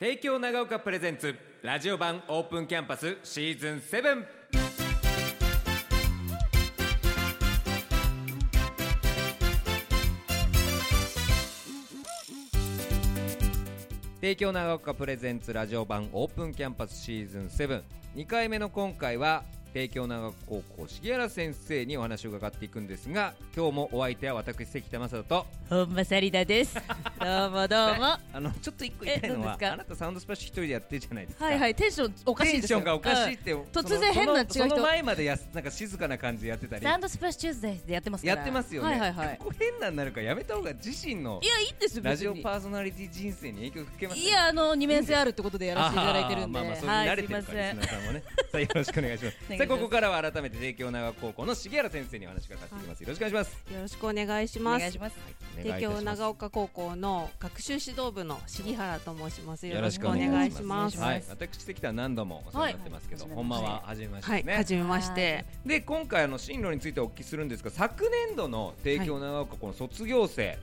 帝京長岡プレゼンツラジオ版オープンキャンパスシーズン7帝京長岡プレゼンツラジオ版オープンキャンパスシーズン72回目の今回は帝京長岡高校重原先生にお話を伺っていくんですが今日もお相手は私関田正人と本間サリダですどうもどうも はあのちょっと一個言いたいのえ何はですかあなたサウンドスプラッシュ一人でやってるじゃないですかいはいテンションおかしいテンですショよンがおかしいって、うんそ突の然変な違うそのその人前までやすなんか静かな感じでやってたりサンドスプラッシュチューズデーでやってますかやらってますよね、はいはいはいここ変なになるからやめた方が自身のいやいいんですよラジ別オにパーソナリティ人生に影響を受けますいよやあの二面性あるってことでやらせていただいてるんであーまあまあそれには慣いれすているから、ませんリスナーさんもねさあよろしくお願いし ますおさあ願いしますここからは改めて帝京長岡高校の重原先生にお話伺っていきますよろしくお願いしますよろしくお願いしおま願いすし。ます帝京長岡岡高校の学習指導部の杉原と申します。よよろろししくくおお願願いいししまますす。ははいい、私関田は何度もお世話になってますけど、はい本間は初めましてはですじね、めまして。で今回あの進路についてお聞きするんですが昨年度の帝京長岡この卒業生、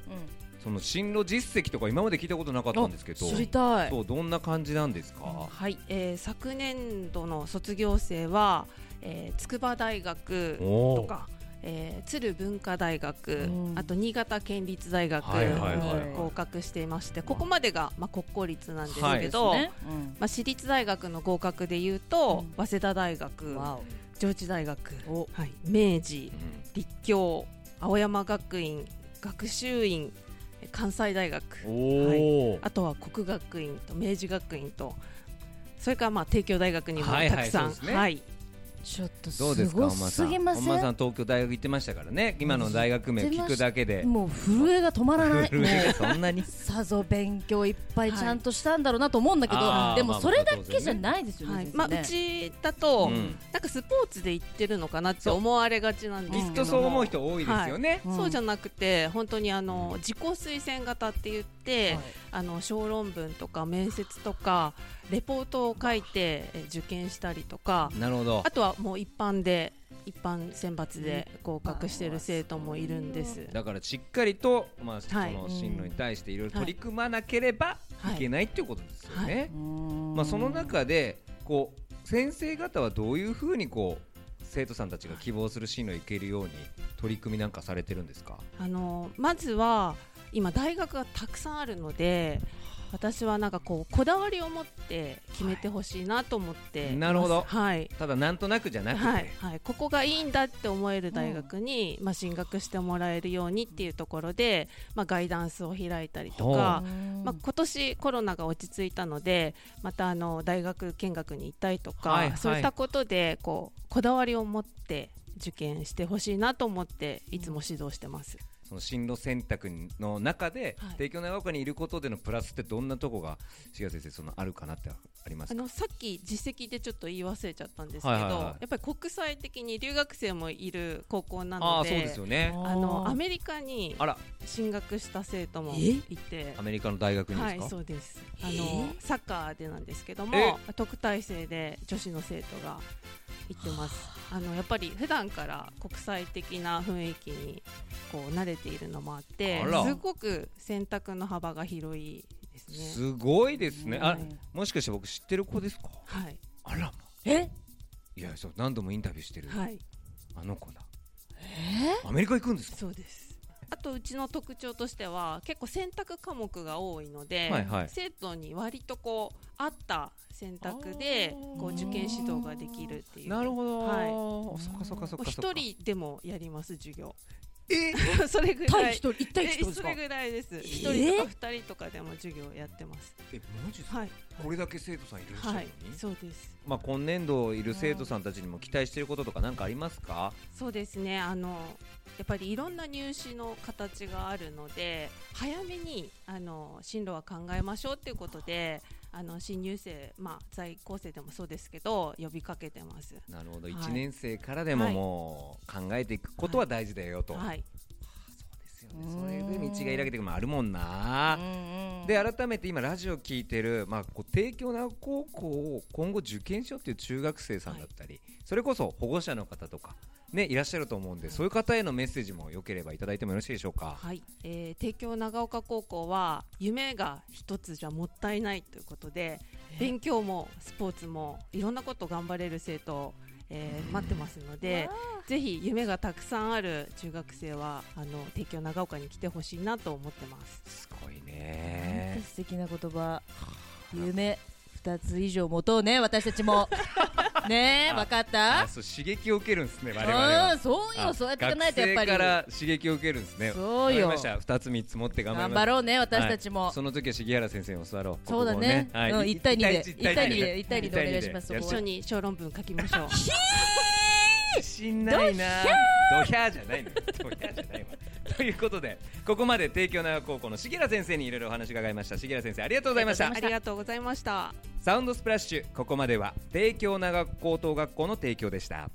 その進路実績とか今まで聞いたことなかったんですけど知りたいそうどんな感じなんですか、はい、えー昨年度の卒業生は、えー、筑波大学おとか。えー、鶴文化大学、うんあと新潟県立大学はいはいはいはいに合格していまして、ここまでが、まあ、国公立なんですけど、そうですねうんまあ、私立大学の合格でいうと、う早稲田大学わ上智大学お、はい、明治う、ん立教青山学院学習院え関西大学おーあとは国学院と明治学院とそれからまあ帝京大学にもはいはいたくさんそうですねはいおちょっとどうですすかご本間すさんぎませ本間さんん東京大学行ってましたからね今の大学名聞くだけでもう震えが止まらないも震えがうそんなにさぞ勉強いっぱいはいちゃんとしたんだろうなと思うんだけど、あーでまあまあもそれだけじゃないですよね,はい先生ね、まあ、うちだと、うんなんかスポーツで行ってるのかなって思われがちなんできっすけどもとそう思う人多いですよね、そうじゃなくて本当にあの自己推薦型って言って、はいあの小論文とか面接とかレポートを書いてえ受験したりとか、なるほどあとはもう一般で一般選抜で合格している生徒もいるんです。だからしっかりと、まあ、そはいの進路に対していろいろ取り組まなければいけないっていうことですよね、はまあ、その中でこう先生方はどういうふうにこう生徒さんたちが希望する進路へ行けるように取り組みなんかされてるんですかあのまずは今大学がたくさんあるので私はなんかこうこだわりを持って決めてほしいなと思って、なるほどはいただなんとなくじゃなくて、 はいはい、ここがいいんだって思える大学に、まあ、進学してもらえるようにっていうところで、まあ、ガイダンスを開いたりとか、まあ、今年コロナが落ち着いたのでまたあの大学見学に行ったりとか、はいはいそういったことでこうこだわりを持って受験してほしいなと思っていつも指導してます。その進路選択の中で、はい帝京長岡にいることでのプラスってどんなとこが志賀先生そのあるかなってありますあかのさっき実績でちょっと言い忘れちゃったんですけど、はいはいはいやっぱり国際的に留学生もいる高校なあのあでそうですよねあのアメリカにあら進学した生徒もえいてア。メリカの大学にですか、はい、そうです。あのサッカーでなんですけどえも、特待生で女子の生徒が行ってます。あのやっぱり普段から国際的な雰囲気にこう慣れているのもあってあら、すごく選択の幅が広いですね。すごいですね、あうんもしかして僕知ってる子ですかはいあらまえいやそう何度もインタビューしてる、はい、あの子だアメリカ行くんですかそうです。あとうちの特徴としては結構選択科目が多いので、はいはい生徒に割とこう合った選択でこう受験指導ができるっていう。なるほど、はいそっかそっかそっもうかそっ一か人でもやります授業えそれぐら対い一人一対一ってことでえすそかれぐらいです一え人とか二人とかでも授業やってますえマジですかはいこれだけ生徒さんいらっしゃるのはいに、そうですまあ今年度いる生徒さんたちにも期待してることとか何かありますかそうですねあのやっぱりいろんな入試の形があるので早めにあの進路は考えましょうっていうことであの新入生まあ在校生でもそうですけど呼びかけてますなるほど、はい一年生からでももう考えていくことは大事だよと、はいそうですよねそれで道が開けていくもあるもんな、でで改めて今ラジオ聞いてる、まあ、こう帝京長岡高校を今後受験しようっていう中学生さんだったり、それこそ保護者の方とかね、いらっしゃると思うんで、そういう方へのメッセージもよければいただいてもよろしいでしょうか。はい、えー、帝京長岡高校は夢が一つじゃもったいないということで、勉強もスポーツもいろんなこと頑張れる生徒、えー、待ってますので、ぜひ夢がたくさんある中学生はあの帝京長岡に来てほしいなと思ってます。すごいなんねて。素敵な言葉夢二つ以上持とうね私た ちもねえあ分かっあ、たそう刺激を受けるんですね。我々はうん。そうよあそうやっていかないとやっぱり学生から刺激を受けるんですね。そうよわかりました。二つ三つ持って頑張り頑ます張ろうね私たちも、はいその時は重原先生に教わろう。そうだねここもはうんい一対二で一対二で一対二でお願いしますやっそてこ一は緒に小論文書きましょう。自信ないなドヒャーじゃないのよドヒャーじゃないわということでここまで帝京長岡高校の重原先生にいろいろお話伺いました重原先生ありがとうございましたありがとうございました。サウンドスプラッシュここまでは帝京長岡高等学校の提供でした